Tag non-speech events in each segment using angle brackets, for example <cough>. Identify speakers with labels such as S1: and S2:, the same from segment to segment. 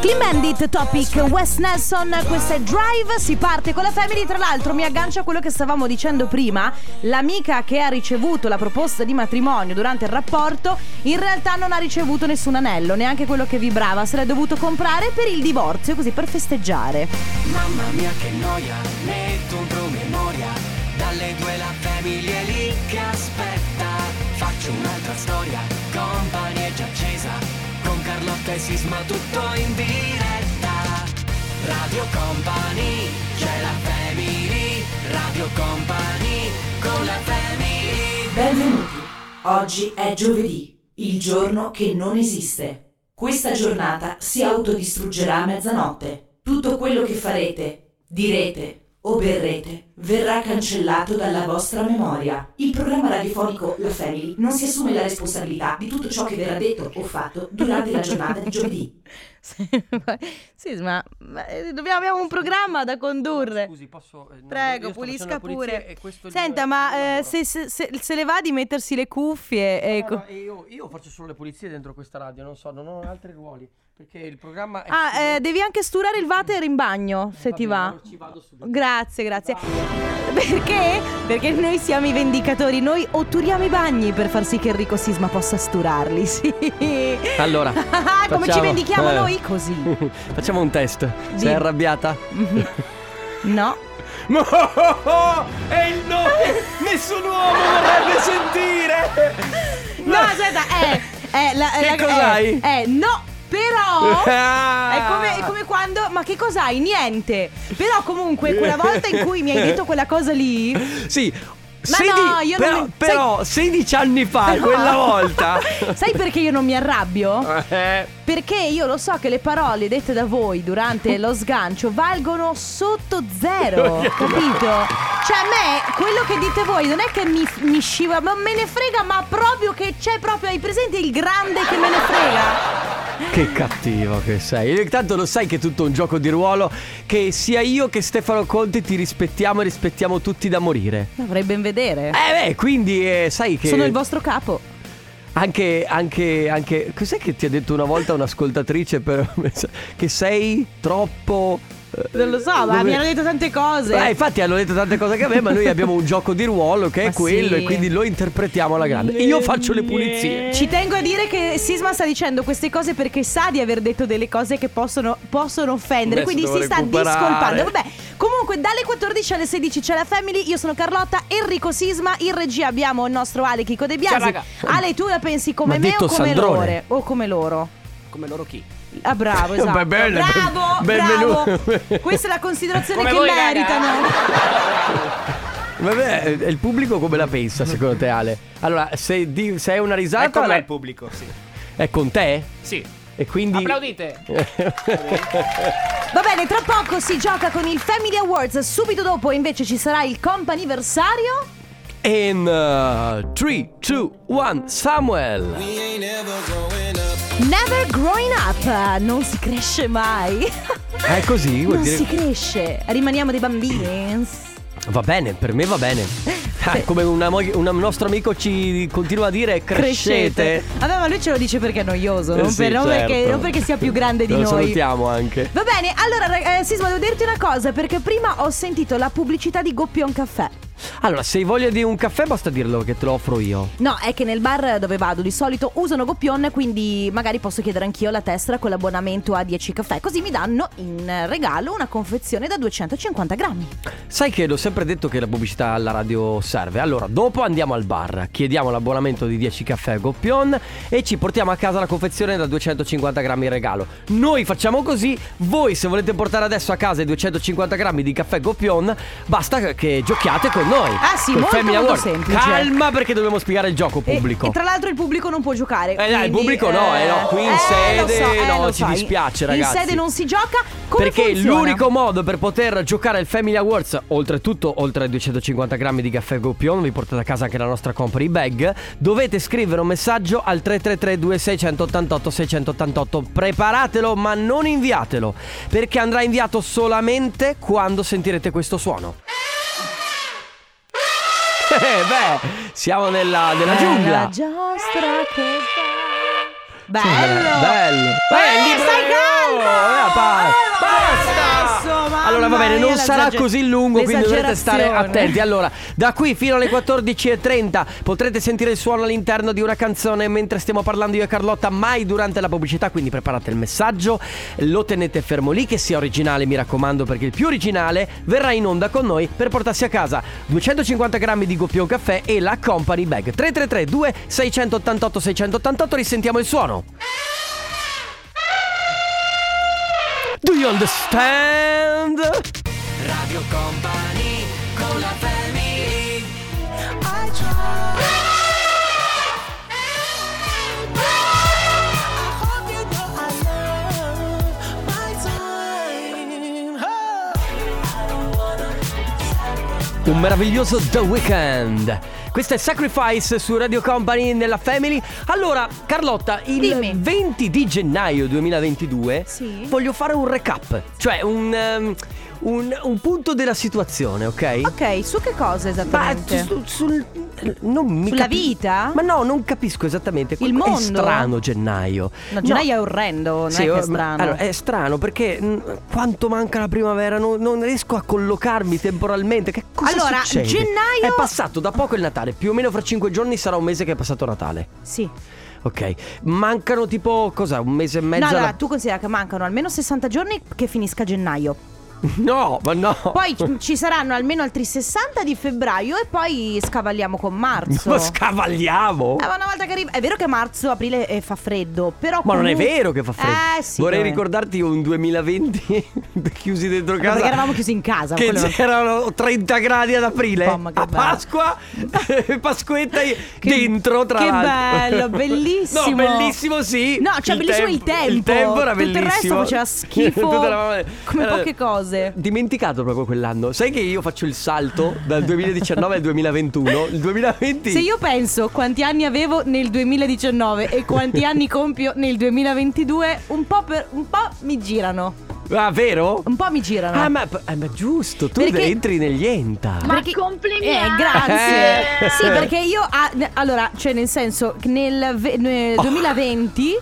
S1: Clean Bandit Topic Wes Nelson, questa è Drive, si parte con la Family, tra l'altro mi aggancio a quello che stavamo dicendo prima, l'amica che ha ricevuto la proposta di matrimonio durante il rapporto in realtà non ha ricevuto nessun anello, neanche quello che vibrava, se l'è dovuto comprare per il divorzio, così per festeggiare.
S2: Mamma mia che noia, metto un promemoria, dalle due la famiglia è lì che aspetta. Faccio un'altra storia, compagnia già accesa, con Carlotta e Sisma tutto in diretta. Radio Company, c'è la family, Radio Company, con la family.
S3: Benvenuti. Oggi è giovedì, il giorno che non esiste. Questa giornata si autodistruggerà a mezzanotte. Tutto quello che farete, direte o berrete verrà cancellato dalla vostra memoria. Il programma radiofonico La Family non si assume la responsabilità di tutto ciò che verrà detto o fatto durante la giornata
S1: <laughs>
S3: di giovedì.
S1: sì, ma ma, eh, dobbiamo, abbiamo un programma da condurre.
S4: Scusi, posso. eh, no,
S1: Prego,
S4: io sto
S1: pulisca
S4: facendo la pulizia
S1: pure.
S4: e questo è il
S1: Senta,
S4: mio- il mio
S1: ma eh,
S4: lavoro.
S1: se, se- se- se le va di mettersi le cuffie...
S4: No, eh,
S1: ecco.
S4: no, e io, io faccio solo le pulizie dentro questa radio, non so, non ho altri ruoli. Perché il programma è.
S1: Ah, eh, devi anche sturare il water in bagno, se
S4: Va
S1: ti
S4: bene,
S1: va.
S4: allora ci vado subito.
S1: Grazie, grazie.
S4: Ciao.
S1: Perché? Perché noi siamo i vendicatori, noi otturiamo i bagni per far sì che Enrico Sisma possa sturarli, <laughs> sì.
S4: Allora,
S1: Ah, <laughs> Come ci
S4: facciamo-
S1: vendichiamo
S4: eh.
S1: noi? Così.
S4: <laughs> facciamo un test.
S1: Dimmi.
S4: Sei arrabbiata?
S1: No.
S4: No, è il
S1: <laughs>
S4: nome! Nessun uomo vorrebbe sentire!
S1: No, aspetta, eh, eh, la,
S4: Che
S1: la- eh,
S4: cos'hai?
S1: eh, no, però...
S4: <laughs> Ah.
S1: Oh? È come, è come quando, ma che cos'hai? Niente. Però comunque quella volta in cui mi hai detto quella cosa lì,
S4: Ah, Sì.
S1: Ma no, io non
S4: però,
S1: mi-
S4: però 16 anni fa,
S1: Però- <laughs>
S4: quella volta.
S1: sai perché io non mi arrabbio?
S4: Eh,
S1: Perché io lo so che le parole dette da voi durante lo sgancio valgono sotto
S4: <laughs>
S1: zero, capito? Cioè a me quello che dite voi non è che mi, mi scivola, ma me ne frega, ma proprio che c'è proprio, hai presente il grande che me ne frega?
S4: che cattivo che sei. E Tanto lo sai che è tutto un gioco di ruolo. Che sia io che Stefano Conte ti rispettiamo e rispettiamo tutti da morire.
S1: Dovrei ben vedere.
S4: Eh beh, quindi eh, sai che.
S1: Sono il vostro capo.
S4: Anche, anche, anche. Cos'è che ti ha detto una volta un'ascoltatrice per. <laughs> che sei troppo. eh,
S1: Non lo so, ma
S4: dove-
S1: mi hanno detto tante cose.
S4: Eh, infatti hanno detto tante cose che a me, ma noi abbiamo un gioco di ruolo che
S1: Ma
S4: è quello
S1: sì.
S4: e quindi lo interpretiamo alla grande. Io faccio le pulizie.
S1: Ci tengo a dire che Sisma sta dicendo queste cose perché sa di aver detto delle cose che possono, possono offendere,
S4: Adesso
S1: quindi
S4: devo
S1: si sta
S4: recuperare.
S1: discolpando. Vabbè, comunque dalle 14 alle 16 c'è la Family, io sono Carlotta, Enrico Sisma, in regia abbiamo il nostro Ale Chico De
S4: Ciao,
S1: Biasi.
S4: raga.
S1: Ale, tu la pensi come
S4: Ma
S1: me
S4: detto
S1: o come
S4: Sandrone.
S1: loro? O come loro?
S4: Come loro chi?
S1: Ah, bravo, esatto.
S4: <laughs> Beh, bene,
S1: bravo,
S4: ben-
S1: bravo.
S4: benvenuto.
S1: Questa è la considerazione
S5: Come
S1: che
S5: voi, raga.
S1: meritano.
S4: Vabbè, eh, il pubblico come la pensa secondo te Ale? Allora, se, di- se è una risata...
S5: È
S6: Ecco
S5: con
S4: la-
S5: me il pubblico, sì.
S4: È con te?
S5: Sì.
S4: E quindi...
S5: Applaudite.
S1: Va bene, tra poco si gioca con il Family Awards, subito dopo invece ci sarà il comp'anniversario.
S4: <laughs> In uh, 3, 2, 1, Samuel.
S1: Never growing up, eh, non si cresce mai.
S4: È così, vuol
S1: non
S4: dire...
S1: si cresce, rimaniamo dei bambini.
S4: Va bene, per me va bene. Ah, come una mo- una- un nostro amico ci continua a dire, crescete.
S1: Vabbè, ma lui ce lo dice perché è noioso, non,
S4: Eh sì,
S1: per- non
S4: certo.
S1: perché, non perché sia più grande di
S4: Lo
S1: noi.
S4: salutiamo anche.
S1: Va bene, allora ra- eh, Sisma, devo dirti una cosa, perché prima ho sentito la pubblicità di Goppion Caffè.
S4: Allora, se hai voglia di un caffè, basta dirlo che te lo offro io.
S1: No, è che nel bar dove vado di solito usano Goppion, quindi magari posso chiedere anch'io la tessera con l'abbonamento a 10 caffè, così mi danno in regalo una confezione da 250 grammi.
S4: Sai che l'ho sempre detto che la pubblicità alla radio serve. Allora, dopo andiamo al bar, chiediamo l'abbonamento di 10 caffè a Goppion e ci portiamo a casa la confezione da 250 grammi in regalo. Noi facciamo così, voi se volete portare adesso a casa i 250 grammi di caffè Goppion, basta che giochiate con noi.
S1: Ah, sì,
S4: Col
S1: molto,
S4: Family
S1: molto
S4: Award.
S1: semplice.
S4: Calma perché dobbiamo spiegare il gioco
S1: E-
S4: pubblico.
S1: E, tra l'altro il pubblico non può giocare.
S4: Eh, dai, il
S1: quindi,
S4: pubblico no, eh, no, qui in
S1: eh, lo
S4: sede
S1: eh,
S4: no,
S1: lo
S4: ci dispiace,
S1: in-
S4: ragazzi.
S1: In sede non si gioca. Come
S4: Perché
S1: funziona?
S4: l'unico modo per poter giocare al Family Awards, oltretutto oltre ai 250 grammi di caffè Goppion, vi portate a casa anche la nostra company bag, dovete scrivere un messaggio al 333-2688-688. Preparatelo ma non inviatelo, perché andrà inviato solamente quando sentirete questo suono. <laughs> Eh, beh, siamo nella, nella
S1: È
S4: giungla.
S1: La giostra che va. Bello!
S4: Bello!
S1: Eh,
S4: libero!
S1: stai calmo!
S4: Eh, pa-
S1: Eh, vabbè,
S4: Basta!
S1: adesso, mamma
S4: allora va bene, non
S1: mia,
S4: sarà
S1: l'esager-
S4: così lungo, quindi dovrete stare
S1: l'esagerazione.
S4: attenti. Allora, da qui fino alle 14.30 potrete sentire il suono all'interno di una canzone mentre stiamo parlando io e Carlotta, mai durante la pubblicità, quindi preparate il messaggio, lo tenete fermo lì che sia originale, mi raccomando, perché il più originale verrà in onda con noi per portarsi a casa 250 grammi di Goppion Caffè e la Company Bag. 333 2688 688, risentiamo il suono. Do you understand?
S2: Radio Company con la family
S4: Un meraviglioso The Weeknd. Questo è Sacrifice su Radio Company nella Family. Allora, Carlotta, il
S1: Dimmi.
S4: 20 di gennaio 2022
S1: Sì.
S4: voglio fare un recap, cioè un, ehm, un- un punto della situazione, ok?
S1: Ok, su che cosa
S4: Ma
S1: esattamente?
S4: su- sul, non mi
S1: Sulla vita?
S4: Ma no, non capisco esattamente.
S1: Il
S4: È
S1: mondo?
S4: strano gennaio.
S1: No, gennaio è orrendo, non
S4: Sì, oh,
S1: è che è
S4: ma-
S1: strano.
S4: allora, è strano perché mh, quanto manca la primavera, non, non riesco a collocarmi temporalmente. Che cosa
S1: Allora,
S4: succede?
S1: gennaio-
S4: È passato da poco il Natale, più o meno fra cinque giorni sarà un mese che è passato Natale.
S1: Sì.
S4: Ok, mancano tipo cosa? Un mese e mezzo?
S1: No, allora
S4: alla-
S1: tu considera che mancano almeno 60 giorni che finisca gennaio.
S4: <laughs> No, ma no.
S1: Poi ci- ci saranno almeno altri 60 di febbraio e poi scavalliamo con marzo.
S4: Ma scavalliamo.
S1: Eh, ma una volta che arriva. È vero che marzo, aprile eh, fa freddo, però.
S4: Ma non è
S1: comunque-
S4: vero che fa freddo.
S1: Mm? Eh, sì.
S4: Vorrei
S1: vabbè.
S4: ricordarti un 2020 <laughs> chiusi dentro casa.
S1: perché eravamo chiusi in casa,
S4: Che
S1: quello non-
S4: c'erano 30 gradi ad aprile.
S1: Mamma, che
S4: a
S1: bello.
S4: Pasqua, <laughs> Pasquetta dentro tra
S1: che
S4: l'altro. <laughs>
S1: bello, bellissimo.
S4: No, bellissimo sì.
S1: No, cioè, bellissimo il tempo.
S4: Il tempo era
S1: Tutto il
S4: bellissimo.
S1: resto
S4: <laughs>
S1: faceva schifo,
S4: Tutto era-
S1: come
S4: era-
S1: poche cose.
S4: eh, Dimenticato proprio quell'anno. Sai che io faccio il salto dal 2019 al 2021. Il 2020
S1: Se io penso quanti anni avevo nel 2019 e
S4: <laughs>
S1: quanti anni compio nel 2022, un po', per- un po' mi girano.
S4: Ah, vero?
S1: Un po' mi girano.
S4: Ah, ma, eh, ma giusto, tu
S1: Perché-
S4: entri negli enta.
S1: Ma complimenti! Eh, grazie!
S4: Eh.
S1: Sì, perché io. ah, ne- allora, cioè, nel senso, che nel, ve-
S4: <laughs>
S1: nel <laughs> 2020.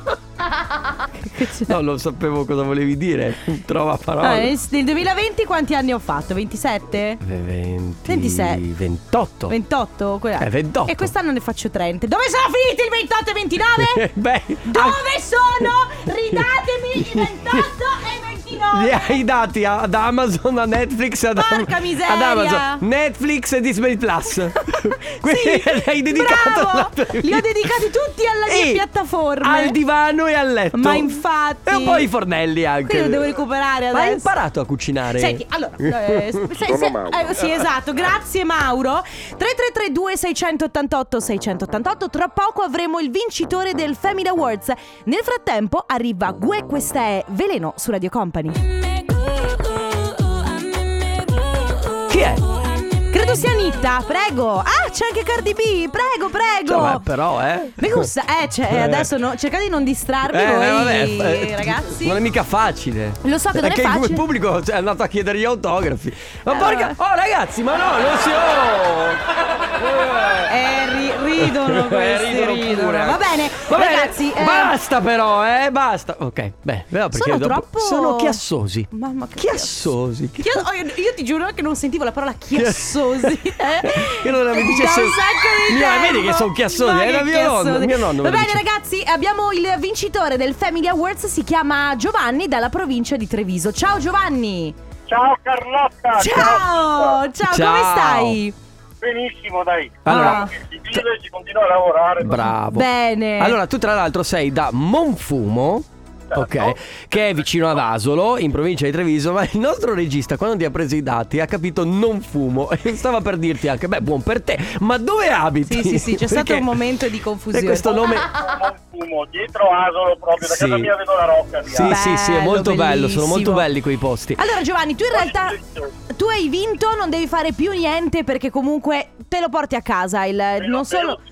S1: Che c'è?
S4: No, non sapevo cosa volevi dire. <laughs> Trova
S1: Ah,
S4: parole.
S1: nel nel 2020 quanti anni ho fatto? 27?
S4: 20,
S1: 26.
S4: 28.
S1: 28? Quella-
S4: Eh, 28.
S1: E quest'anno ne faccio 30. Dove sono finiti il 28 e
S4: <laughs>
S1: 29?
S4: Eh, Beh,
S1: Dove sono?
S4: <laughs>
S1: Ridatemi il 28 e 29!
S4: Li hai dati a- ad Amazon, a Netflix, ad, Am-
S1: Porca miseria!
S4: ad Amazon, Netflix e
S1: <laughs>
S4: Disney Plus. <laughs> Quindi
S1: <laughs> Sì,
S4: hai dedicato
S1: bravo!
S4: la tua
S1: Li ho
S4: vita.
S1: dedicati tutti alla mia
S4: E
S1: piattaforma.
S4: Al divano e al letto.
S1: Ma infatti.
S4: E poi i fornelli anche.
S1: Quindi lo devo recuperare adesso.
S4: Ma hai imparato a cucinare?
S1: Senti, allora, eh, se- se- se- eh, sì, esatto, grazie Mauro. 3332 688 688, tra poco avremo il vincitore del Family Awards. Nel frattempo arriva Gue, questa è Veleno su Radio Company.
S4: Chi è?
S1: Credo sia Anitta, prego. Ah, c'è anche Cardi B, prego, prego.
S4: Cioè, beh, però, eh.
S1: Mi gusta, eh, cioè, adesso no, cercate di non distrarvi
S4: Eh,
S1: voi,
S4: eh, vabbè, eh,
S1: ragazzi.
S4: Non è mica facile.
S1: Lo so che non è
S4: Perché il
S1: facile.
S4: pubblico cioè, è andato a chiedere gli autografi. Ma
S1: Eh,
S4: porca. Oh, ragazzi, ma no, non si. Oh.
S1: Eh, ri-
S4: <laughs>
S1: ridono questi, ridono.
S4: ridono pure. eh.
S1: Va bene,
S4: Va bene,
S1: ragazzi. eh,
S4: Basta però, eh, basta. Ok, beh, però Ah, perché
S1: sono
S4: dopo-
S1: troppo...
S4: sono chiassosi.
S1: Mamma che
S4: Chiassosi.
S1: Chi- oh, Io, io ti giuro che non sentivo la parola
S4: <laughs>
S1: chiassosi. eh.
S4: Io non la mi dice
S1: Da un
S4: se-
S1: sacco di
S4: Mia-
S1: tempo.
S4: vedi che sono chiassosi,
S1: Ma
S4: era
S1: che
S4: mio
S1: chiassosi.
S4: nonno, mio nonno me
S1: Va
S4: lo
S1: bene,
S4: dice.
S1: ragazzi, abbiamo il vincitore del Family Awards. Si chiama Giovanni dalla provincia di Treviso. Ciao, Giovanni.
S5: Ciao Carlotta!
S1: Ciao, ciao, come
S4: Ciao.
S1: stai?
S5: Benissimo, dai.
S4: Allora,
S1: Ah.
S5: Ci vive e ci continua a lavorare.
S4: bravo.
S1: Bene.
S4: Allora, tu tra l'altro sei da Monfumo.
S1: Certo.
S4: Ok, che è vicino ad Asolo, in provincia di Treviso, ma il nostro regista quando ti ha preso i dati ha capito non fumo <laughs> e stava per dirti anche, beh, buon per te, ma dove abiti?
S1: Sì, sì, sì,
S4: <laughs>
S1: c'è stato
S4: Perché-
S1: un momento di confusione.
S4: E
S1: <laughs>
S4: questo nome...
S5: Buon fumo, dietro Asolo proprio, da
S4: Sì.
S5: casa mia vedo la rocca via.
S4: Sì, sì, sì, è
S1: Bello,
S4: molto bello, sono
S1: bellissimo.
S4: molto belli quei posti.
S1: Allora Giovanni, tu in realtà tu hai vinto, non devi fare più niente perché comunque te lo porti a casa il non solo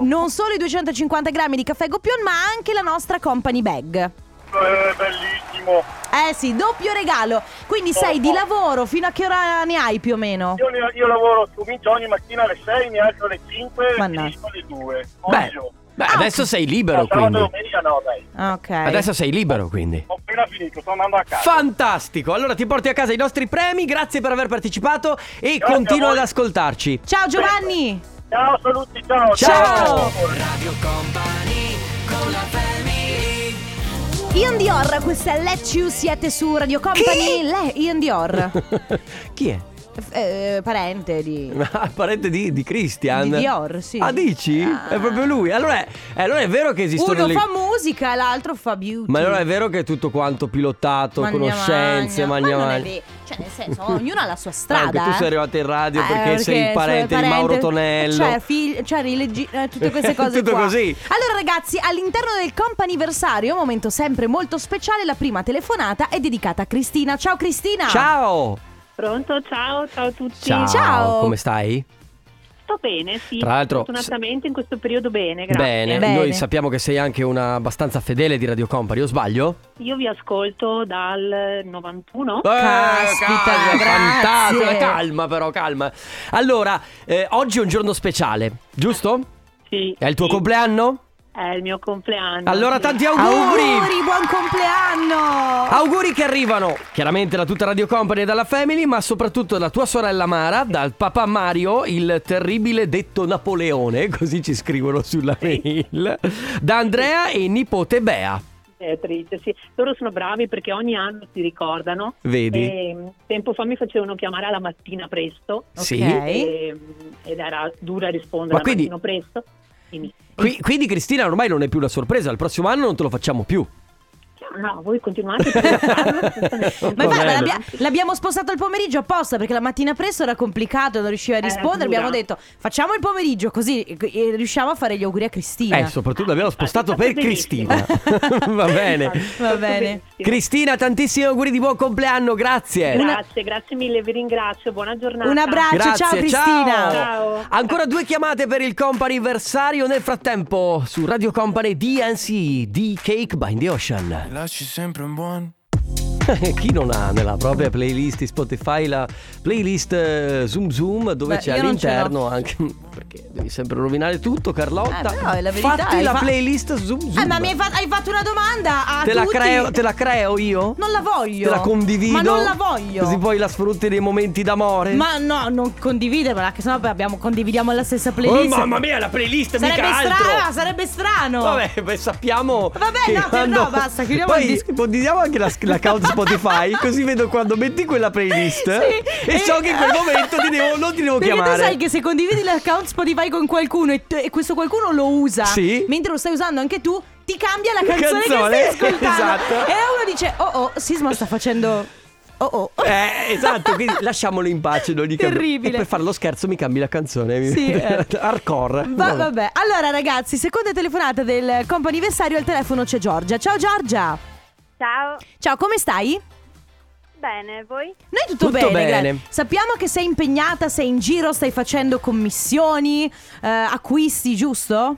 S1: non solo i 250 grammi di caffè Goppion ma anche la nostra company bag.
S5: Eh, bellissimo.
S1: Eh sì, doppio regalo. Quindi sei di lavoro fino a che ora ne hai più o meno?
S5: Io, ne- io lavoro, comincio ogni mattina alle 6, mi alzo alle 5 e
S1: Mannaggia.
S5: finisco alle 2.
S4: Beh,
S5: Oggi.
S4: Beh, adesso sei libero
S5: No, sabato
S4: quindi.
S5: e domenica no, dai.
S1: Ah, Ok.
S4: Adesso sei libero quindi.
S5: Ho appena finito, sto andando a casa.
S4: Fantastico, allora ti porti a casa i nostri premi, grazie per aver partecipato e
S5: Grazie
S4: continua
S5: a
S4: ad
S5: voi.
S4: ascoltarci. <laughs>
S1: Ciao Giovanni.
S5: Ciao, saluti, ciao.
S4: Ciao.
S5: Eh.
S1: Ian Dior, questa è Let You, siete su Radio Company. Le- Ian
S4: <laughs>
S1: Dior,
S4: Chi è?
S1: F- eh, parente di...
S4: Ah, <laughs> Parente di, di Christian.
S1: Di Dior, sì.
S4: Ah, dici?
S1: Ah.
S4: È proprio lui. Allora è, eh, allora è vero che esistono
S1: Uno
S4: le-
S1: fa musica e l'altro fa beauty.
S4: Ma allora è vero che è tutto quanto pilotato, Esatto, conoscenze, magna
S1: Ma non è
S4: magna.
S1: vero. Cioè, nel senso, ognuno ha la sua strada.
S4: <laughs> Anche tu
S1: eh.
S4: sei arrivata in radio
S1: Eh,
S4: perché sei il
S1: sono
S4: parente di Mauro Tonello.
S1: Cioè, fig- cioè rilegi- eh, tutte
S4: <laughs>
S1: queste cose
S4: Tutto
S1: qua.
S4: così.
S1: Allora ragazzi, all'interno del comp'anniversario, un momento sempre molto speciale, la prima telefonata è dedicata a Cristina. Ciao Cristina!
S4: Ciao!
S7: Pronto, ciao, ciao a tutti.
S4: Ciao.
S1: Ciao.
S4: Come stai?
S7: Sto bene, sì.
S4: Tra l'altro-
S7: Fortunatamente in questo periodo bene, grazie.
S4: Bene.
S1: Bene.
S4: Noi sappiamo che sei anche una abbastanza fedele di Radio Company, o sbaglio? Eh,
S7: Io vi ascolto dal 91.
S1: Caspita,
S4: calma,
S1: grazie.
S4: fantastico. Calma però, calma. Allora, eh, oggi è un giorno speciale, giusto?
S7: Sì.
S4: È il tuo
S7: sì.
S4: compleanno?
S7: È il mio compleanno.
S4: Allora
S7: sì.
S4: tanti auguri!
S1: Auguri, buon compleanno!
S4: Auguri che arrivano chiaramente da tutta Radio Company e dalla Family, ma soprattutto da tua sorella Mara, dal papà Mario, il terribile detto Napoleone, <laughs> così ci scrivono sulla mail, da Andrea e nipote Bea.
S7: Beatrice, sì. Loro sono bravi perché ogni anno si ricordano.
S4: Vedi?
S7: E, mh, tempo fa mi facevano chiamare alla mattina presto.
S4: Sì.
S7: E, mh, ed era dura rispondere
S4: Ma
S7: al
S4: quindi-
S7: mattino presto. Quindi,
S4: Qui- quindi Cristina ormai non è più una sorpresa, il prossimo anno non te lo facciamo più.
S7: no, voi continuate a
S4: <laughs>
S7: farlo.
S1: Ma
S4: Va
S1: guarda,
S4: bene.
S1: l'abbia- l'abbiamo spostato al pomeriggio apposta perché la mattina presto era complicato, non riusciva a
S4: Eh,
S7: Era
S1: rispondere.
S7: dura.
S1: Abbiamo detto facciamo il pomeriggio così eh, eh, riusciamo a fare gli auguri a Cristina.
S4: Eh, soprattutto l'abbiamo
S7: infatti,
S4: spostato per
S7: infatti
S4: Cristina.
S7: benissimo.
S4: <laughs> Va bene.
S7: Esatto,
S1: Va bene.
S7: benissimo.
S4: Cristina, tantissimi auguri di buon compleanno, grazie.
S7: Grazie, grazie mille, vi ringrazio, buona giornata.
S1: Un abbraccio,
S4: Grazie,
S1: ciao Cristina.
S7: Ciao.
S4: Ancora due chiamate per il comp'anniversario. Nel frattempo, su Radio Company DNC di Cake by the Ocean.
S8: Lasci sempre un buon
S4: <laughs> Chi non ha nella propria playlist di Spotify la playlist eh, Zoom Zoom dove
S1: Beh,
S4: c'è
S1: io non ce
S4: all'interno anche perché devi sempre rovinare tutto, Carlotta.
S1: Eh, però è la verità,
S4: Fatti
S1: hai
S4: la
S1: fa-
S4: playlist Zoom Zoom.
S1: Eh, ma mi hai, fa- hai fatto una domanda a
S4: te la,
S1: tutti?
S4: creo, te la creo io?
S1: Non la voglio.
S4: Te la condivido.
S1: Ma non la voglio.
S4: Così poi la sfrutti nei momenti d'amore.
S1: Ma no, non condividermela, che sennò poi abbiamo, condividiamo la stessa
S4: Oh,
S1: playlist.
S4: mamma mia, la playlist
S1: sarebbe
S4: mica altro.
S1: strano, sarebbe strano.
S4: Vabbè, beh, sappiamo.
S1: Vabbè,
S4: che
S1: no, che
S4: quando-
S1: no, basta, chiudiamo
S4: Poi
S1: il disco.
S4: condividiamo anche la, l'account
S1: <laughs>
S4: Spotify, così vedo quando metti quella playlist.
S1: Sì, Eh.
S4: e so che in quel momento ti devo, non ti devo
S1: Perché
S4: chiamare.
S1: tu sai che se condividi l'account Spotify con qualcuno e, t- e questo qualcuno lo usa,
S4: Sì.
S1: mentre lo stai usando anche tu, ti cambia la canzone,
S4: Canzone, <laughs>
S1: che stai ascoltando.
S4: esatto.
S1: E uno dice, oh oh, Sisma sta facendo... Oh oh.
S4: Eh, esatto, quindi lasciamolo in pace. Non gli cambio-
S1: Terribile.
S4: E per fare lo scherzo mi cambi la canzone. mi-
S1: Sì, eh.
S4: <laughs> Hardcore.
S1: Va- vabbè, allora ragazzi, seconda telefonata del comp'anniversario al telefono c'è Giorgia. Ciao Giorgia.
S9: Ciao,
S1: Ciao, come stai?
S9: bene, voi?
S1: Noi tutto,
S4: Tutto
S1: bene,
S4: bene.
S1: grazie. Sappiamo che sei impegnata, sei in giro, stai facendo commissioni, eh, acquisti, giusto?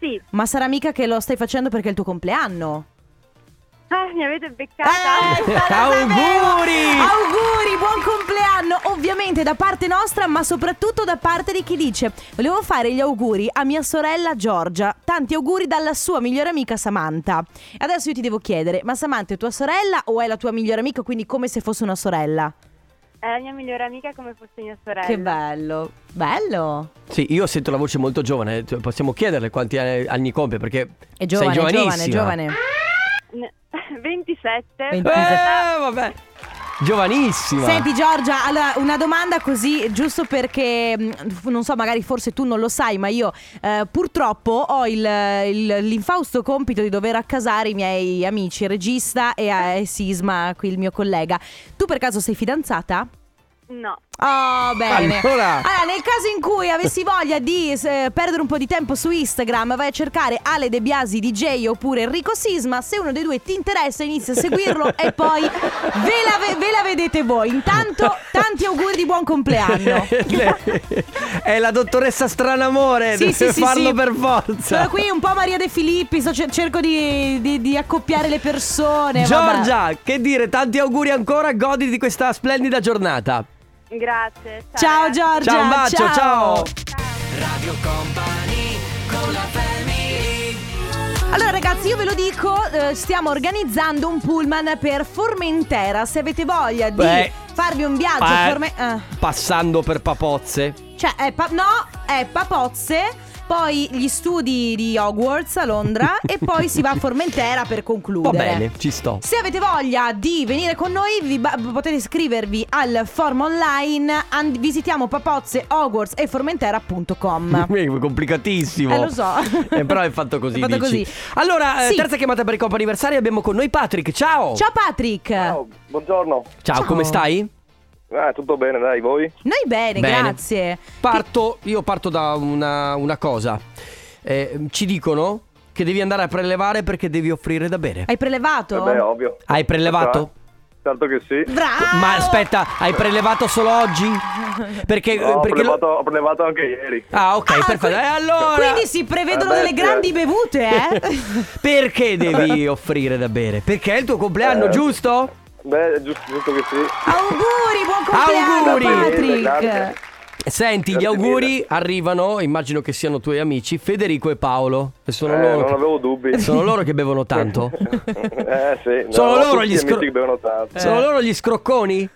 S9: Sì,
S1: Ma sarà mica che lo stai facendo perché è il tuo compleanno?
S9: Ah, mi avete beccata.
S1: Eh, lo sapevo!
S4: Auguri!
S1: Auguri, buon compleanno ovviamente da parte nostra ma soprattutto da parte di chi dice volevo fare gli auguri a mia sorella Giorgia, tanti auguri dalla sua migliore amica Samantha. E Adesso io ti devo chiedere, ma Samantha è tua sorella o è la tua migliore amica quindi come se fosse una sorella?
S9: È la mia migliore amica come fosse mia sorella.
S1: Che bello, bello.
S4: Sì, io sento la voce molto giovane. cioè, Possiamo chiederle quanti eh, anni compie perché
S1: È giovane,
S4: sei
S1: è giovane, è
S4: giovanissima.
S1: giovane.
S9: Ne- <laughs> 27.
S1: Venti-
S4: Eh, vabbè. Giovanissima.
S1: Senti Giorgia, allora una domanda così, giusto perché, mh, f- non so, magari forse tu non lo sai, ma io eh, purtroppo ho il, il- l'infausto compito di dover accasare i miei amici, il regista e, eh, Sisma, qui il mio collega. Tu per caso sei fidanzata?
S9: No,
S1: Oh, bene.
S4: Allora.
S1: Allora, nel caso in cui avessi voglia di eh, perdere un po' di tempo su Instagram, vai a cercare Ale De Biasi DJ oppure Enrico Sisma. Se uno dei due ti interessa, inizia a seguirlo
S4: <laughs>
S1: e poi ve la, ve- ve la vedete voi. Intanto, tanti auguri di buon
S4: <laughs>
S1: compleanno.
S4: È la dottoressa Stranamore, deve farlo per forza.
S1: Sono qui un po' Maria De Filippi, sto cer- cerco di, di- di accoppiare le persone. eh, vabbè.
S4: Giorgia, che dire, tanti auguri ancora, godi di questa splendida giornata.
S9: grazie.
S1: Ciao Giorgia.
S4: ciao, un bacio, ciao.
S9: ciao.
S2: Radio Company con la family
S1: Allora ragazzi io ve lo dico, eh, stiamo organizzando un pullman per Formentera, se avete voglia di
S4: Beh.
S1: farvi un viaggio a
S4: Pa-
S1: Forme- eh,
S4: Eh. Passando per papozze.
S1: Cioè, è pa- no, è Papozze, poi gli studi di Hogwarts a
S4: <laughs>
S1: Londra e poi si va a Formentera per
S4: Va
S1: concludere.
S4: bene, ci sto.
S1: Se avete voglia di venire con noi, vi ba- potete iscrivervi al form online and- visitiamo papozze, hogwarts e
S4: <laughs>
S1: formentera.com.
S4: È complicatissimo.
S1: Eh, lo so.
S4: Eh, però è fatto
S1: <laughs>
S4: così.
S1: È fatto
S4: dici.
S1: così.
S4: Allora, eh,
S1: Sì.
S4: terza chiamata per il compo anniversario. Abbiamo con noi Patrick. Ciao.
S1: Ciao Patrick!
S5: Ciao, buongiorno.
S4: Ciao,
S1: Ciao.
S4: come stai?
S5: Eh, tutto bene, dai, voi?
S1: Noi bene,
S4: Bene.
S1: grazie.
S4: Parto, io parto da una, una cosa. Eh, ci dicono che devi andare a prelevare perché devi offrire da bere.
S1: Hai prelevato?
S5: Vabbè, Eh ovvio.
S4: Hai prelevato?
S5: Certo che sì.
S1: Bravo!
S4: Ma aspetta, hai prelevato solo oggi? Perché,
S5: No,
S4: perché lo-
S5: ho, prelevato, ho prelevato anche ieri.
S4: Ah, ok,
S1: Ah,
S4: perfetto.
S1: qui-
S4: E allora
S1: Quindi si prevedono
S5: Vabbè,
S1: delle
S5: sì, eh.
S1: grandi bevute,
S4: <laughs>
S1: eh?
S4: Perché devi offrire da bere? Perché è il tuo compleanno,
S5: Eh.
S4: giusto?
S5: Beh, giusto, giusto che sì.
S1: Auguri, buon compleanno
S4: Auguri.
S5: Grazie,
S1: Patrick!
S5: grazie.
S4: Senti, gli
S5: Grazie
S4: auguri
S5: mille.
S4: arrivano, immagino che siano tuoi amici, Federico e Paolo. E sono,
S5: Eh,
S4: loro
S5: non
S4: che-
S5: avevo
S4: <laughs>
S5: dubbi.
S4: sono loro che bevono
S5: <laughs>
S4: tanto.
S5: eh, sì. no,
S4: Sono
S5: ho
S4: loro
S5: tutti
S4: gli
S5: amici
S4: scro-
S5: che bevono tanto. Eh.
S4: Sono loro gli scrocconi?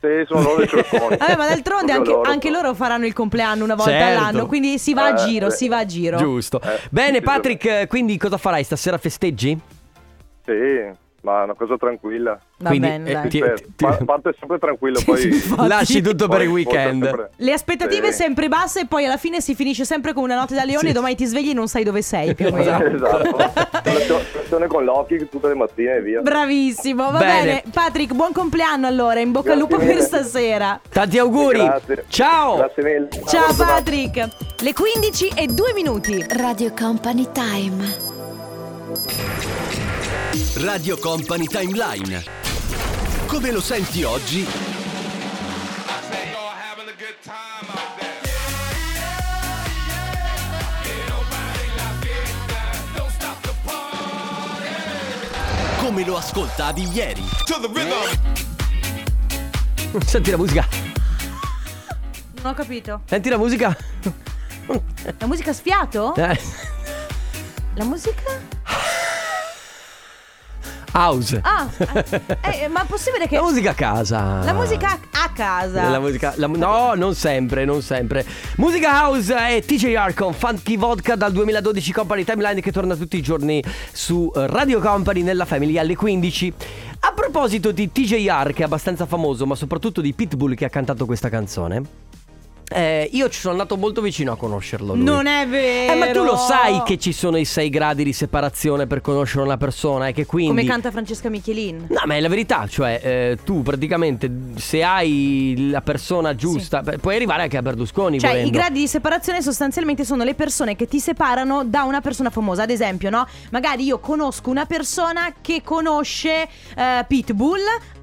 S5: Sì, sono loro i
S4: <laughs>
S5: scrocconi.
S1: Vabbè, ma d'altronde
S5: Proprio
S1: anche anche loro,
S5: loro.
S1: faranno il compleanno una volta
S4: Certo.
S1: all'anno, quindi si va a
S5: Eh,
S1: giro,
S5: sì.
S1: si va a giro.
S4: Giusto.
S5: Eh,
S4: Bene,
S5: sì,
S4: Patrick, eh, quindi cosa farai? Stasera festeggi?
S5: Sì, ma è una cosa tranquilla.
S1: Va
S4: Quindi,
S1: bene,
S4: eh,
S1: dai.
S4: ti-
S5: Cioè,
S4: ti-
S5: pa- parte
S4: <laughs>
S5: sempre tranquillo, poi...
S4: Lasci tutto per il
S5: poi- poi
S4: weekend.
S5: sempre-
S1: Le aspettative
S5: Sì. <laughs>
S1: sempre basse e poi alla fine si finisce sempre con una notte da leone
S4: Sì.
S1: e domani ti svegli e non sai dove sei più o meno.
S5: Esatto.
S4: <laughs>
S5: Relazione- Relazione con Loki tutte le mattine e via.
S1: Bravissimo, va bene.
S4: Bene.
S1: Patrick, buon compleanno allora, in bocca al
S5: Grazie
S1: lupo per
S5: mille.
S1: stasera.
S4: Tanti auguri.
S5: Grazie.
S4: Ciao.
S5: Grazie mille.
S1: Ciao
S5: Buona serata.
S1: Patrick, le 15 e 2 minuti.
S8: Radio Company Time.
S6: Radio Company Timeline. Come lo senti oggi? Come lo ascoltavi ieri?
S4: <laughs> Senti la musica.
S1: Non ho capito.
S4: Senti la musica.
S1: Oh. La musica a sfiato?
S4: Eh,
S1: La musica?
S4: House. <laughs>
S1: Ah, eh, eh, ma è possibile che
S4: La musica a casa.
S1: la musica a a casa.
S4: La musica, la- no, non sempre, non sempre. Musica House e TJ Arcon, Funky Vodka dal 2012 Company Timeline che torna tutti i giorni su eh, Radio Company nella Family alle 15. A proposito di TJR che è abbastanza famoso, ma soprattutto di Pitbull che ha cantato questa canzone, eh, io ci sono andato molto vicino a conoscerlo. Lui.
S1: Non è vero.
S4: Eh, ma tu lo sai che ci sono i 6 gradi di separazione per conoscere una persona e che quindi...
S1: Come canta Francesca Michelin.
S4: No, ma è la verità, cioè eh, tu praticamente se hai la persona giusta beh, puoi arrivare anche a Berlusconi.
S1: Cioè,
S4: volendo.
S1: i gradi di separazione sostanzialmente sono le persone che ti separano da una persona famosa. Ad esempio, no? Magari io conosco una persona che conosce eh, Pitbull.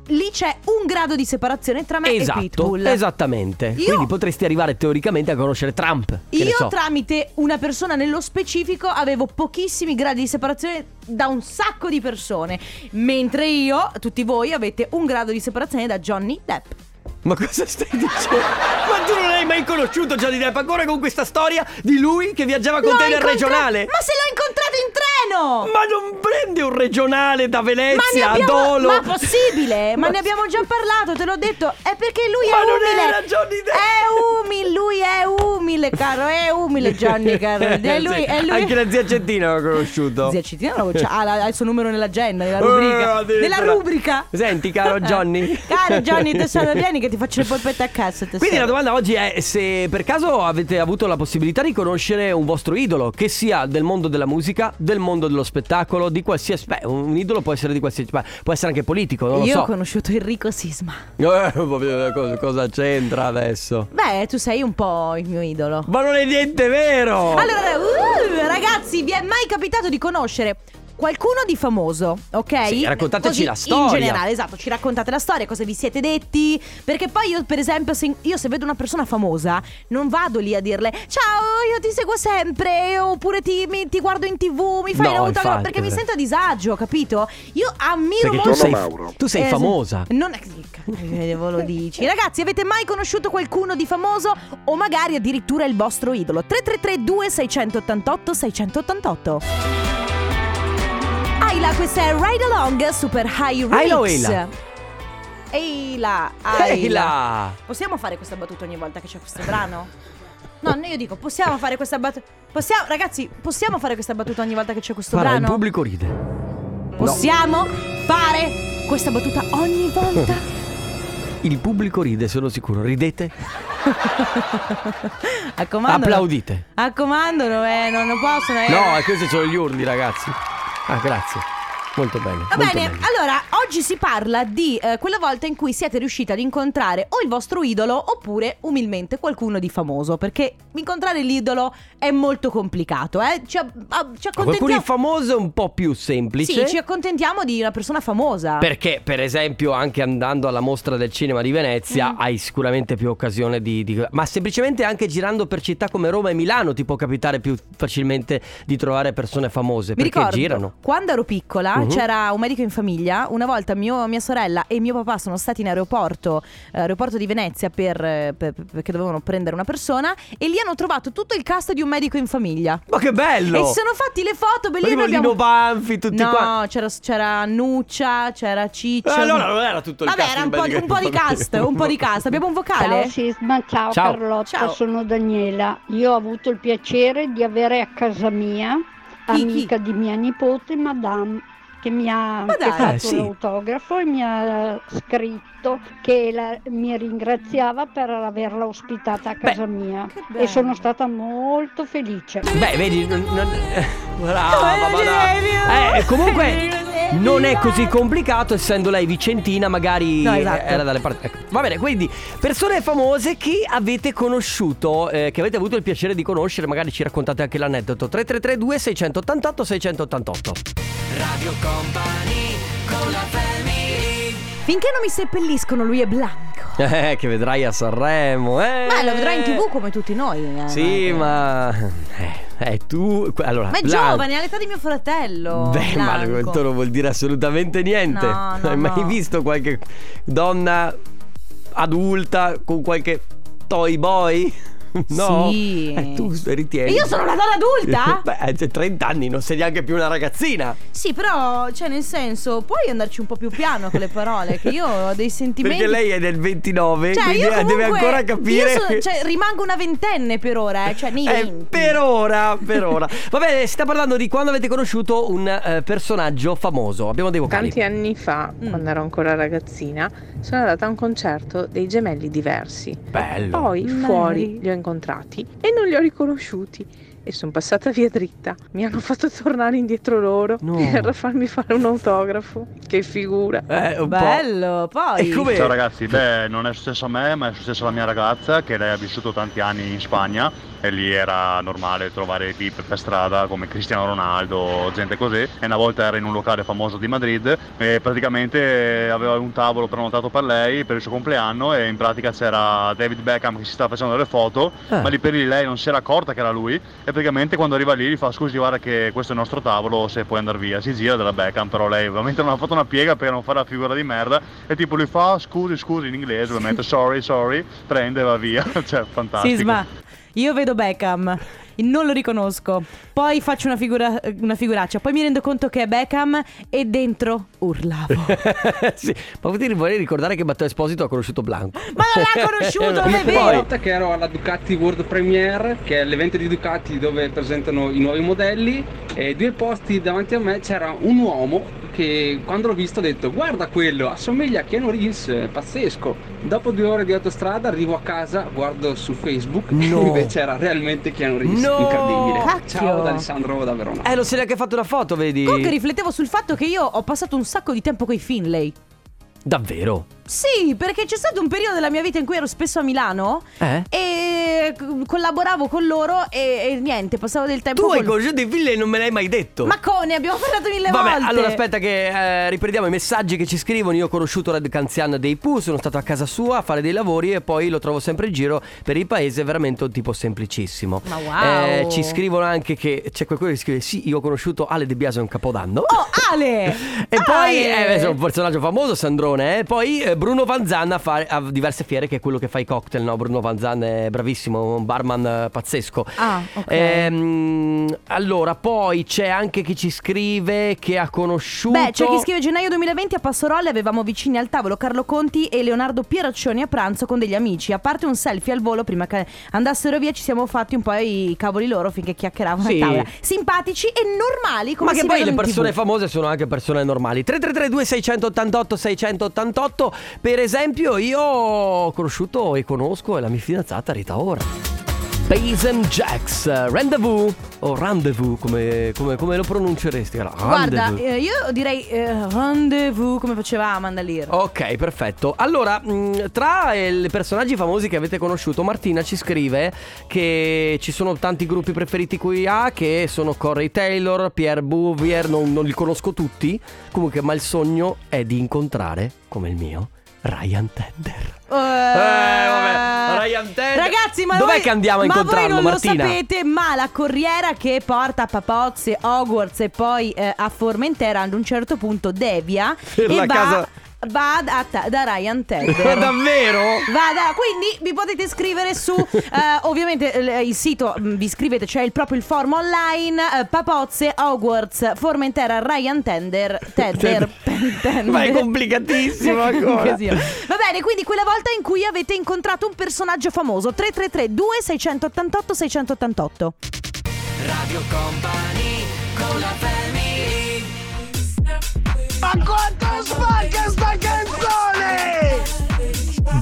S1: Lì c'è un grado di separazione tra me
S4: Esatto,
S1: e Pitbull.
S4: esattamente.
S1: Io-
S4: Quindi potresti arrivare teoricamente a conoscere Trump. che ne
S1: Io
S4: so.
S1: tramite una persona nello specifico avevo pochissimi gradi di separazione da un sacco di persone, mentre io, tutti voi, avete un grado di separazione da Johnny Depp.
S4: Ma cosa stai dicendo? Ma tu non hai mai conosciuto Johnny Depp ancora con questa storia di lui che viaggiava con
S1: L'ho
S4: te nel
S1: incontra-
S4: regionale?
S1: Ma se l'ho incontrato in treno!
S4: Ma non prende un regionale da
S1: Ma ne
S4: Venezia
S1: abbiamo...
S4: a Dolo?
S1: Ma
S4: <laughs>
S1: possibile? Ma, ne abbiamo già parlato, te l'ho detto. È perché lui
S4: Ma
S1: è
S4: non
S1: umile.
S4: era Johnny Depp.
S1: È umile, lui è umile, caro. È umile
S4: <laughs>
S1: Johnny, caro. È lui,
S4: Sì,
S1: è lui.
S4: Anche la zia Cettina l'ho conosciuto.
S1: Zia Citina non c'ha- ha, la- ha il suo numero nell'agenda,
S4: Eh,
S1: nella rubrica.
S4: addirittura.
S1: nella rubrica. Eh.
S4: Senti, caro Johnny.
S1: caro Johnny,
S4: <laughs>
S1: tesoro, vieni che ti faccio le polpette a cazzo. tesoro.
S4: Quindi la domanda oggi è se per caso avete avuto la possibilità di conoscere un vostro idolo, che sia del mondo della musica, del mondo dello spettacolo, di qualsiasi... Beh, un idolo può essere di qualsiasi... beh, può essere anche politico, non lo
S1: Io
S4: so.
S1: ho conosciuto Enrico Sisma.
S4: Eh, vabbè, cosa, cosa c'entra adesso?
S1: Beh, tu sei un po' il mio idolo.
S4: Ma non è niente vero!
S1: Allora, uh, ragazzi, vi è mai capitato di conoscere qualcuno di famoso, ok?
S4: Sì, raccontateci
S1: Così,
S4: la storia.
S1: In generale, esatto, ci raccontate la storia, cosa vi siete detti. Perché poi io, per esempio, se, io se vedo una persona famosa, non vado lì a dirle ciao, io ti seguo sempre, oppure ti, mi- ti guardo in tv, mi fai
S4: No,
S1: l'autografo",
S4: infatti,
S1: perché mi
S4: esatto.
S1: sento a disagio, capito? Io ammiro
S4: Perché tu
S1: molto...
S4: sei,
S5: Mauro.
S4: tu sei
S1: Eh,
S4: famosa.
S1: Non è che lo dici. Ragazzi, avete mai conosciuto qualcuno di famoso o magari addirittura il vostro idolo? 333 2688 688. questa è Ride Along Super High Remix.
S4: Aila o Eila?
S1: Eila,
S4: Ehi
S1: Aila.
S4: là!
S1: Possiamo fare questa battuta ogni volta che c'è questo brano? No, no, io dico, possiamo fare questa battuta. Possiamo, ragazzi, possiamo fare questa battuta ogni volta che c'è questo
S4: Guarda, il
S1: brano?
S4: pubblico ride.
S1: possiamo fare questa battuta ogni <laughs> volta?
S4: Il pubblico ride, sono sicuro. Ridete?
S1: A comando.
S4: Applaudite.
S1: A comando, no, eh, non, non possono. eh.
S4: No, e questi sono gli urli, ragazzi. Ah, grazie. Molto bene.
S1: Va
S4: molto
S1: bene, allora oggi si parla di eh, quella volta in cui siete riusciti ad incontrare o il vostro idolo oppure umilmente qualcuno di famoso, perché incontrare l'idolo è molto complicato, eh? Ci, a- a- ci
S4: Ma Qualcuno di
S1: accontentiamo
S4: famoso è un po' più semplice.
S1: Sì, ci accontentiamo di una persona famosa.
S4: Perché, per esempio, anche andando alla mostra del cinema di Venezia,
S1: Mm.
S4: hai sicuramente più occasione di, di- Ma semplicemente anche girando per città come Roma e Milano ti può capitare più facilmente di trovare persone famose.
S1: Mi
S4: perché
S1: ricordo,
S4: girano.
S1: quando ero piccola
S4: Mhm.
S1: c'era un medico in famiglia, una volta mio- mia sorella e mio papà sono stati in aeroporto, eh, aeroporto di Venezia per, eh, per- perché dovevano prendere una persona e lì hanno trovato tutto il cast di un medico in famiglia.
S4: Ma che bello!
S1: E si sono fatti le foto
S4: Ma tipo
S1: bellissime. abbiamo-
S4: Lino Banfi, tutti
S1: no,
S4: qua.
S1: c'era, c'era Nuccia, c'era Ciccio.
S4: Eh, allora non era tutto il
S1: Vabbè,
S4: cast
S1: era un
S4: di
S1: po', di,
S4: Medico
S1: un po' di
S4: in famiglia.
S1: cast, un po' di cast. Abbiamo un vocale?
S10: Ciao Sisma, ciao,
S4: Ciao.
S10: Carlotta,
S1: Ciao.
S10: sono Daniela. Io ho avuto il piacere di avere a casa mia,
S1: Chi,
S10: amica di mia nipote, Madame, che mi ha
S1: Ma
S10: che ha
S1: dai.
S10: fatto
S4: Eh, sì.
S10: l'autografo e mi ha scritto che la- mi ringraziava per averla ospitata a casa mia.
S1: che bello.
S10: E sono stata molto felice.
S4: Beh, vedi, non, non... <laughs>
S1: Come <laughs>
S4: Brava, brava.
S1: dicevi?
S4: Eh, comunque non è così complicato, essendo lei vicentina, magari
S1: No, esatto.
S4: eh, era dalle parti. ecco. Va bene, quindi persone famose che avete conosciuto, eh, che avete avuto il piacere di conoscere, magari ci raccontate anche l'aneddoto. 3332 688 688.
S1: Finché non mi seppelliscono, lui è blanco.
S4: <laughs> Eh, che vedrai a Sanremo, eh.
S1: Ma lo vedrà in tv come tutti noi. eh,
S4: Sì,
S1: guarda.
S4: ma eh, eh, tu allora
S1: Ma è
S4: Blanco-
S1: giovane, è all'età di mio fratello.
S4: Beh, ma
S1: Blanco.
S4: questo non vuol dire assolutamente niente.
S1: No, no,
S4: Hai mai
S1: no.
S4: visto qualche donna adulta con qualche toy boy? <laughs> No.
S1: Sì.
S4: Eh, tu ritieni.
S1: E io sono una donna adulta?
S4: <laughs> Beh, hai 30 anni, non sei neanche più una ragazzina.
S1: Sì, però, cioè, nel senso, puoi andarci un po' più piano con le parole, che io ho dei sentimenti.
S4: <laughs> Perché lei è del 29,
S1: Cioè,
S4: quindi eh,
S1: io comunque,
S4: deve ancora capire.
S1: Io sono-
S4: <laughs>
S1: cioè, rimango una ventenne per ora, eh, cioè nei
S4: Eh,
S1: 20.
S4: per ora, per ora. Va bene, si sta parlando di quando avete conosciuto un eh, personaggio famoso. Abbiamo dei vocali.
S11: Tanti anni fa,
S1: Mm.
S11: quando ero ancora ragazzina, sono andata a un concerto dei gemelli diversi.
S4: Bello.
S11: Poi
S1: Mary.
S11: fuori li ho incontrati e non li ho riconosciuti. E sono passata via dritta. Mi hanno fatto tornare indietro loro
S4: No.
S11: per farmi fare un autografo. Che figura!
S4: Eh, un po'.
S1: Bello, poi.
S4: E come
S5: Ciao ragazzi, beh, non è successo a me, ma è successo alla mia ragazza che lei ha vissuto tanti anni in Spagna e lì era normale trovare tip per strada come Cristiano Ronaldo, gente così. E una volta era in un locale famoso di Madrid e praticamente aveva un tavolo prenotato per lei per il suo compleanno e in pratica c'era David Beckham che si stava facendo le foto,
S4: Ah.
S5: ma lì per lì lei non si era accorta che era lui e praticamente quando arriva lì gli fa scusi guarda che questo è il nostro tavolo se puoi andare via. Si gira dalla Beckham, però lei veramente non ha fatto una piega per non fare la figura di merda e tipo lui fa "Ah, scusi scusi in inglese ovviamente sorry sorry prende e va via <laughs> cioè fantastico
S1: Sisma, io vedo Beckham. Non lo riconosco. Poi faccio una, figura- una figuraccia. Poi mi rendo conto che è Beckham e dentro urlavo.
S4: <laughs> sì, ma potete- vorrei ricordare che Matteo Esposito ha conosciuto Blanco.
S1: Ma non l'ha
S4: <laughs>
S1: conosciuto, non è
S4: Poi,
S1: vero.
S11: che ero alla Ducati World Premiere, che è l'evento di Ducati dove presentano i nuovi modelli, e due posti davanti a me c'era un uomo che quando l'ho visto ho detto guarda quello, assomiglia a Keanu Reeves, è pazzesco. Dopo due ore di autostrada arrivo a casa, guardo su Facebook
S4: No.
S11: e <laughs> invece era realmente Keanu Reeves,
S4: No.
S11: incredibile.
S1: Cacchio.
S11: Ciao da Alessandro da Verona.
S4: Eh, non si è neanche fatto una foto, vedi?
S1: Comunque riflettevo sul fatto che io ho passato un sacco di tempo con i Finlay.
S4: Davvero?
S1: Sì, perché c'è stato un periodo della mia vita in cui ero spesso a Milano
S4: Eh?
S1: e c- collaboravo con loro e, e niente, passavo del tempo
S4: Tu
S1: con
S4: hai conosciuto i Ville e non me l'hai mai detto.
S1: Ma co- ne abbiamo parlato mille
S4: Vabbè,
S1: volte.
S4: allora aspetta che eh, riprendiamo i messaggi che ci scrivono. Io ho conosciuto Red Canzian dei Pooh, sono stato a casa sua a fare dei lavori e poi lo trovo sempre in giro per il paese, è veramente un tipo semplicissimo. Eh,
S1: Ma wow.
S4: ci scrivono anche che c'è qualcuno che scrive "Sì, io ho conosciuto Ale De Biasio a un Capodanno".
S1: Oh, Ale!
S4: E poi,
S1: Ale!
S4: eh, beh, sono un personaggio famoso, Sandrone, eh. Poi eh, eh, Bruno Van Zan a, fare- a diverse fiere, che è quello che fa i cocktail, no? Bruno Van Zan è bravissimo, un barman eh, pazzesco.
S1: Ah, ok.
S4: Ehm, allora, poi c'è anche chi ci scrive che ha conosciuto.
S1: Beh, c'è chi scrive gennaio 2020 a Passarolle avevamo vicini al tavolo Carlo Conti e Leonardo Pieraccioni a pranzo con degli amici. A parte un selfie al volo prima che andassero via ci siamo fatti un po' i cavoli loro finché chiacchieravano
S4: Sì.
S1: a tavola. Simpatici e normali come
S4: Ma che
S1: si
S4: poi le
S1: vedono in
S4: persone
S1: TV.
S4: famose sono anche persone normali. 3332 688 688. Per esempio, io ho conosciuto e conosco la mia fidanzata Rita Ora. Basin Jax, eh, rendezvous o rendezvous, come, come- come lo pronunceresti? Allora,
S1: Guarda,
S4: rendezvous.
S1: eh, io direi eh, rendezvous come faceva Amanda Lear.
S4: Ok, perfetto. Allora, mh, tra eh, i personaggi famosi che avete conosciuto, Martina ci scrive che ci sono tanti gruppi preferiti qui ha, che sono Corey Taylor, Pierre Bouvier, non, non li conosco tutti, comunque, ma il sogno è di incontrare, come il mio, Ryan Tedder.
S1: <laughs> Eh,
S4: Oh. vabbè, Ryan Tedder.
S1: Ragazzi, ma
S4: Dov'è
S1: voi-
S4: che andiamo a incontrarlo,
S1: Ma voi non
S4: Martina?
S1: lo sapete, ma la corriera che porta a Papozze, Hogwarts e poi eh, a Formentera ad un certo punto devia
S4: Per
S1: e
S4: la
S1: va,
S4: casa-
S1: va da, da- da Ryan
S4: <laughs>
S1: Tedder.
S4: Davvero?
S1: Vada, quindi vi potete scrivere
S4: <laughs>
S1: su eh, ovviamente eh, il sito, mh, vi scrivete, c'è il proprio il form online, eh, Papozze, Hogwarts, Formentera, Ryan Tender, Tedder, Tender.
S4: Cioè, Ma è complicatissimo
S1: <laughs> Un
S4: ancora.
S1: casino. Va bene, quindi quella volta in cui avete incontrato un personaggio famoso, 333 2688 688.
S2: Radio Company con la family
S6: Ma quanto spacca sta canzone!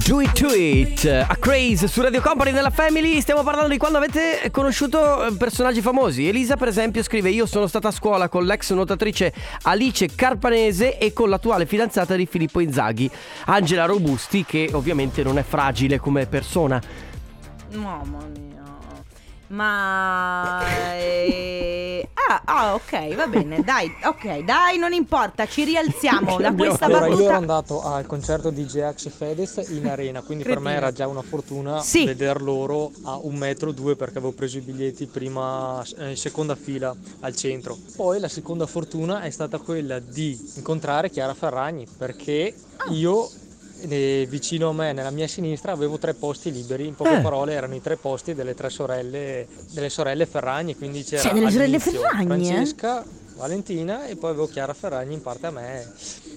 S4: Do it to it, a craze su Radio Company della Family. Stiamo parlando di quando avete conosciuto eh, personaggi famosi. Elisa, per esempio, scrive: Io sono stata a scuola con l'ex nuotatrice Alice Carpanese e con l'attuale fidanzata di Filippo Inzaghi, Angela Robusti, che ovviamente non è fragile come persona.
S1: Mamma mia. Ma... eh, Ah, ah, ok, va bene, dai, ok, dai, non importa, ci
S4: <laughs>
S1: rialziamo da questa
S12: Allora, io ero
S1: battuta.
S12: andato al concerto di GX Fedez in arena, quindi per me
S1: Incredibile.
S12: era già una fortuna
S1: Sì.
S12: veder loro a un metro o due perché avevo preso i biglietti prima eh, in seconda fila al centro. Poi la seconda fortuna è stata quella di incontrare Chiara Ferragni perché
S1: Ah.
S12: io eh, vicino a me, nella mia sinistra, avevo tre posti liberi, in poche
S1: Eh.
S12: parole erano i tre posti delle tre sorelle, delle sorelle Ferragni, quindi c'era
S1: Cioè, delle sorelle
S12: all'inizio
S1: Ferragni, eh?
S12: Francesca, Valentina e poi avevo Chiara Ferragni in parte a me.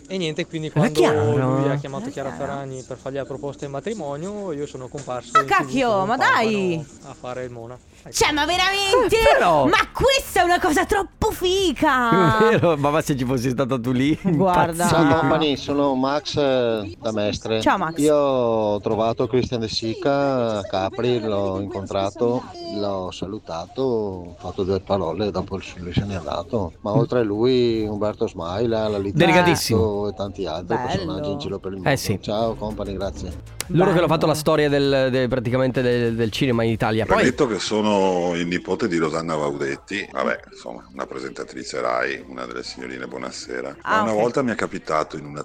S12: E niente, quindi
S4: Era
S12: quando
S4: chiaro.
S12: lui ha chiamato
S1: Era
S12: Chiara
S1: chiaro. Eh.
S12: Ferragni per fargli la proposta in matrimonio, io sono comparso.
S1: Ma
S12: in TV
S1: cacchio,
S12: con un
S1: ma dai!
S12: papano A fare il mona. Ecco.
S1: Cioè, ma veramente?
S4: Eh, però-
S1: Ma questa è una cosa troppo fica!
S4: <laughs> Vero? Ma se ci fossi stata tu lì,
S1: Ah. Guarda.
S13: Ciao
S1: Ah.
S13: compagni, sono Max eh, da Mestre.
S1: Ciao, Max.
S13: Io ho trovato Cristian De Sica a Capri, l'ho incontrato, l'ho salutato, ho fatto due parole, dopo lui se n'è andato. Ma oltre a lui Umberto Smaila, la Lita
S4: Deligatissimo.
S13: e tanti altri
S1: Bello.
S13: personaggi in giro per il mondo.
S4: Eh sì.
S13: Ciao compagni, grazie.
S4: Loro che hanno
S1: Bello.
S4: fatto la storia del, del- praticamente del, del cinema in Italia. Poi,
S13: Eh,
S14: Premetto che sono il nipote di Rosanna Vaudetti, vabbè, insomma, una presentatrice Rai, una delle signorine Buonasera.
S1: Ah,
S14: Ma una
S1: ok.
S14: volta mi è capitato in una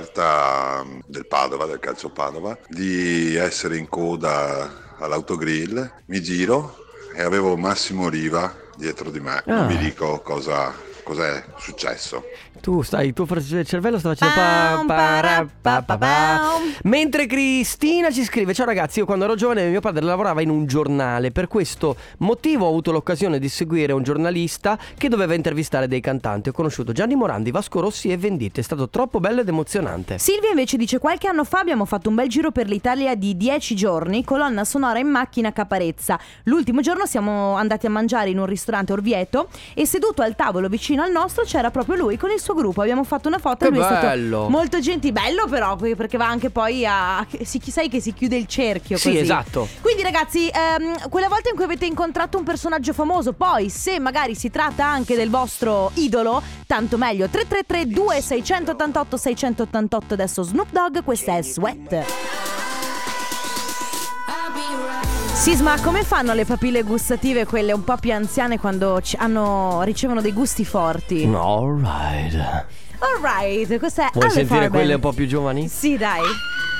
S14: trasferta mm, del Padova, del calcio Padova, di essere in coda all'autogrill, mi giro e avevo Massimo Riva dietro di me.
S4: Ah.
S14: Non vi dico cosa, cos'è successo.
S4: tu stai, il tuo fr- cervello sta facendo. pa-
S1: Pam,
S4: para-
S1: para, Cioè, pa, pa, pam.
S4: Mentre Cristina ci scrive: Ciao ragazzi, io quando ero giovane mio padre lavorava in un giornale. Per questo motivo ho avuto l'occasione di seguire un giornalista che doveva intervistare dei cantanti. Ho conosciuto Gianni Morandi, Vasco Rossi e Venditti. È stato troppo bello ed emozionante.
S1: Silvia invece dice qualche anno fa abbiamo fatto un bel giro per l'Italia di 10 giorni, colonna sonora in macchina a Caparezza. L'ultimo giorno siamo andati a mangiare in un ristorante Orvieto e seduto al tavolo vicino al nostro c'era proprio lui con il suo gruppo. Abbiamo fatto una foto e
S4: Che
S1: lui è
S4: bello.
S1: stato molto gentile, bello però perché va anche poi a si chi sai che si chiude il cerchio
S4: Sì,
S1: così.
S4: esatto.
S1: Quindi ragazzi, ehm, quella volta in cui avete incontrato un personaggio famoso, poi se magari si tratta anche del vostro idolo, tanto meglio. 333 2688 688 adesso Snoop Dogg, questa è Sweat. Sisma, come fanno le papille gustative, quelle un po' più anziane, quando ci- hanno- ricevono dei gusti forti?
S4: Alright.
S1: Alright, questa è
S4: Mm. Vuoi
S1: Ale
S4: sentire
S1: Farben.
S4: quelle un po' più giovani?
S1: Sì, dai.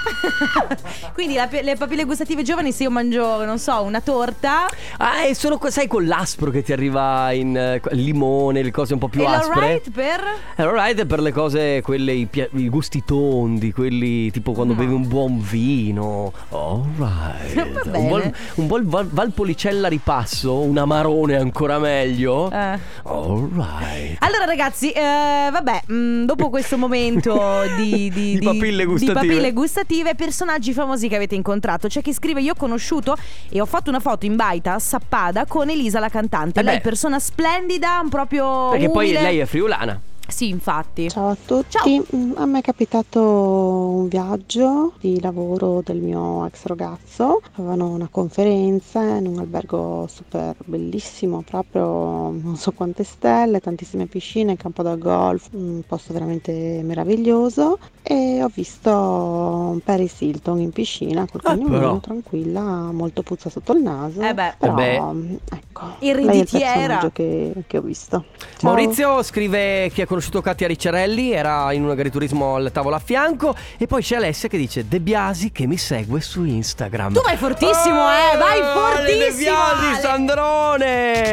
S1: <laughs> Quindi la pe- le papille gustative giovani, se io mangio, non so, una torta.
S4: Ah, è solo, que- sai, quell'aspro che ti arriva in eh, qu- limone, le cose un po' più
S1: e
S4: aspre.
S1: l'alright per.
S4: È alright per le cose, quelle, i, pia- i gusti tondi, quelli tipo quando bevi un buon vino. <laughs> Alright.
S1: Va
S4: un buon,
S1: bene.
S4: un buon val- Valpolicella ripasso, un amarone ancora meglio. Alright.
S1: Eh. Allora ragazzi, eh, vabbè, mh, dopo questo
S4: <laughs>
S1: momento di,
S4: Di papille gustative.
S1: di papille gustative, personaggi famosi che avete incontrato, c'è chi scrive io ho conosciuto e ho fatto una foto in baita a Sappada con Elisa la cantante,
S4: Eh
S1: lei
S4: beh.
S1: persona splendida, proprio...
S4: Perché poi
S1: umile.
S4: lei è friulana.
S1: Sì, infatti.
S15: Ciao a tutti, Mm, a me è capitato un viaggio di lavoro del mio ex ragazzo, avevano una conferenza in un albergo super bellissimo, proprio non so quante stelle, tantissime piscine, campo da golf, un posto veramente meraviglioso e ho visto Paris Hilton in piscina col
S4: però.
S15: cagnolino tranquilla, molto puzza sotto il naso,
S1: Eh beh.
S15: però
S4: Vabbè.
S15: mm, ecco, lei è il
S1: Ereditiera.
S15: personaggio che, che ho visto. Ciao.
S4: Maurizio scrive che ha conosciuto Katia Ricciarelli, era in un agriturismo al tavolo a fianco. E poi c'è Alessia che dice De Biasi che mi segue su Instagram.
S1: Tu vai fortissimo, eh,
S4: Oh,
S1: vai
S4: Ale De
S1: fortissimo.
S4: Biasi,
S1: Ale.
S4: Sandrone!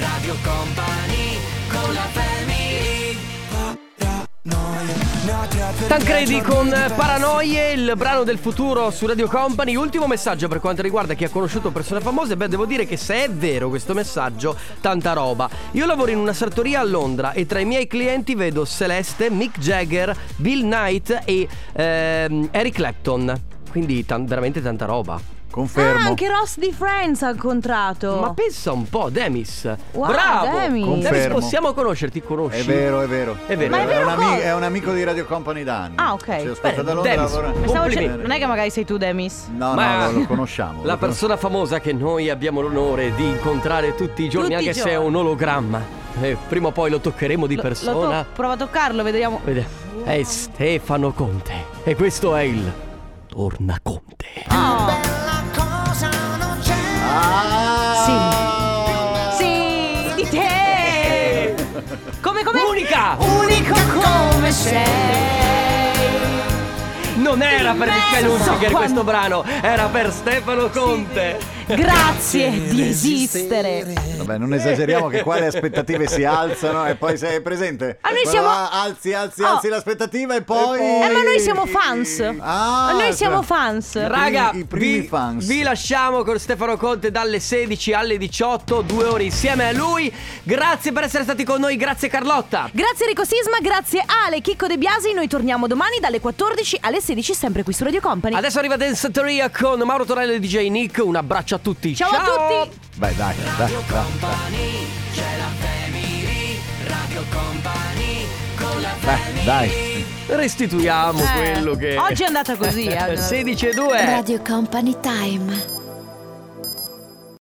S2: Radio Company con la
S4: Tancredi con Paranoie, il brano del futuro su Radio Company. Ultimo messaggio per quanto riguarda chi ha conosciuto persone famose. Beh, devo dire che se è vero questo messaggio, tanta roba. Io lavoro in una sartoria a Londra e tra i miei clienti vedo Celeste, Mick Jagger, Bill Knight e ehm, Eric Clapton. Quindi tan- veramente tanta roba.
S1: Ah, anche Ross di Friends ha incontrato.
S4: Ma pensa un po', Demis.
S1: Esatto. Wow,
S4: Bravo!
S1: Demis.
S16: Confermo.
S4: possiamo conoscerti, conosci.
S16: È vero, è vero.
S4: È vero. Ma è
S16: un,
S4: vero
S16: ami-
S4: cosa?
S16: è un amico di Radio Company da anni.
S1: Ah, ok.
S16: Ci ascolta
S4: Bene,
S16: da Londra.
S4: Dennis,
S16: lavora-
S1: Pensavo ce- non è che magari sei tu, Demis.
S16: No,
S4: Ma-
S16: no, lo conosciamo.
S4: La
S16: lo conosciamo.
S4: persona famosa che noi abbiamo l'onore di incontrare tutti i giorni,
S1: Tutti i
S4: anche se è
S1: giorni.
S4: un ologramma. Eh, prima o poi lo toccheremo di
S1: Lo- lo
S4: persona.
S1: to- prova a toccarlo, vediamo.
S4: Vede- È Stefano Conte. E questo è il Torna Conte.
S1: Ah. Oh. Sì. Sì, di te. Come come? Unica! Unico come sei.
S4: Non era per Michel
S1: Immenso
S4: Hunziker
S1: quando-
S4: questo brano, era per Stefano Conte.
S1: Grazie di esistere.
S16: Vabbè, non esageriamo che qua le aspettative si alzano e poi sei presente.
S1: Ah, noi
S16: Quando
S1: siamo-
S16: a- alzi, alzi,
S1: Oh.
S16: alzi l'aspettativa e poi...
S1: Eh, ma noi siamo fans.
S16: Ah,
S1: noi
S16: cioè-
S1: siamo fans.
S4: Raga,
S16: I primi
S4: vi,
S16: fans.
S4: vi lasciamo con Stefano Conte dalle 16 alle 18, due ore insieme a lui. Grazie per essere stati con noi, grazie Carlotta.
S1: Grazie Rico Sisma, grazie Ale, Chicco De Biasi. Noi torniamo domani dalle 14 alle 16, sempre qui su Radio Company.
S4: Adesso arriva Dance Theoria con Mauro Torello e DJ Nick. Un abbraccio a tutti.
S1: Ciao a tutti.
S16: Beh, dai, dai, dai. Beh, dai.
S4: Restituiamo
S1: Eh,
S4: quello che.
S16: <laughs>
S1: oggi è andata così, eh.
S4: 16 e 2.
S8: Radio Company Time.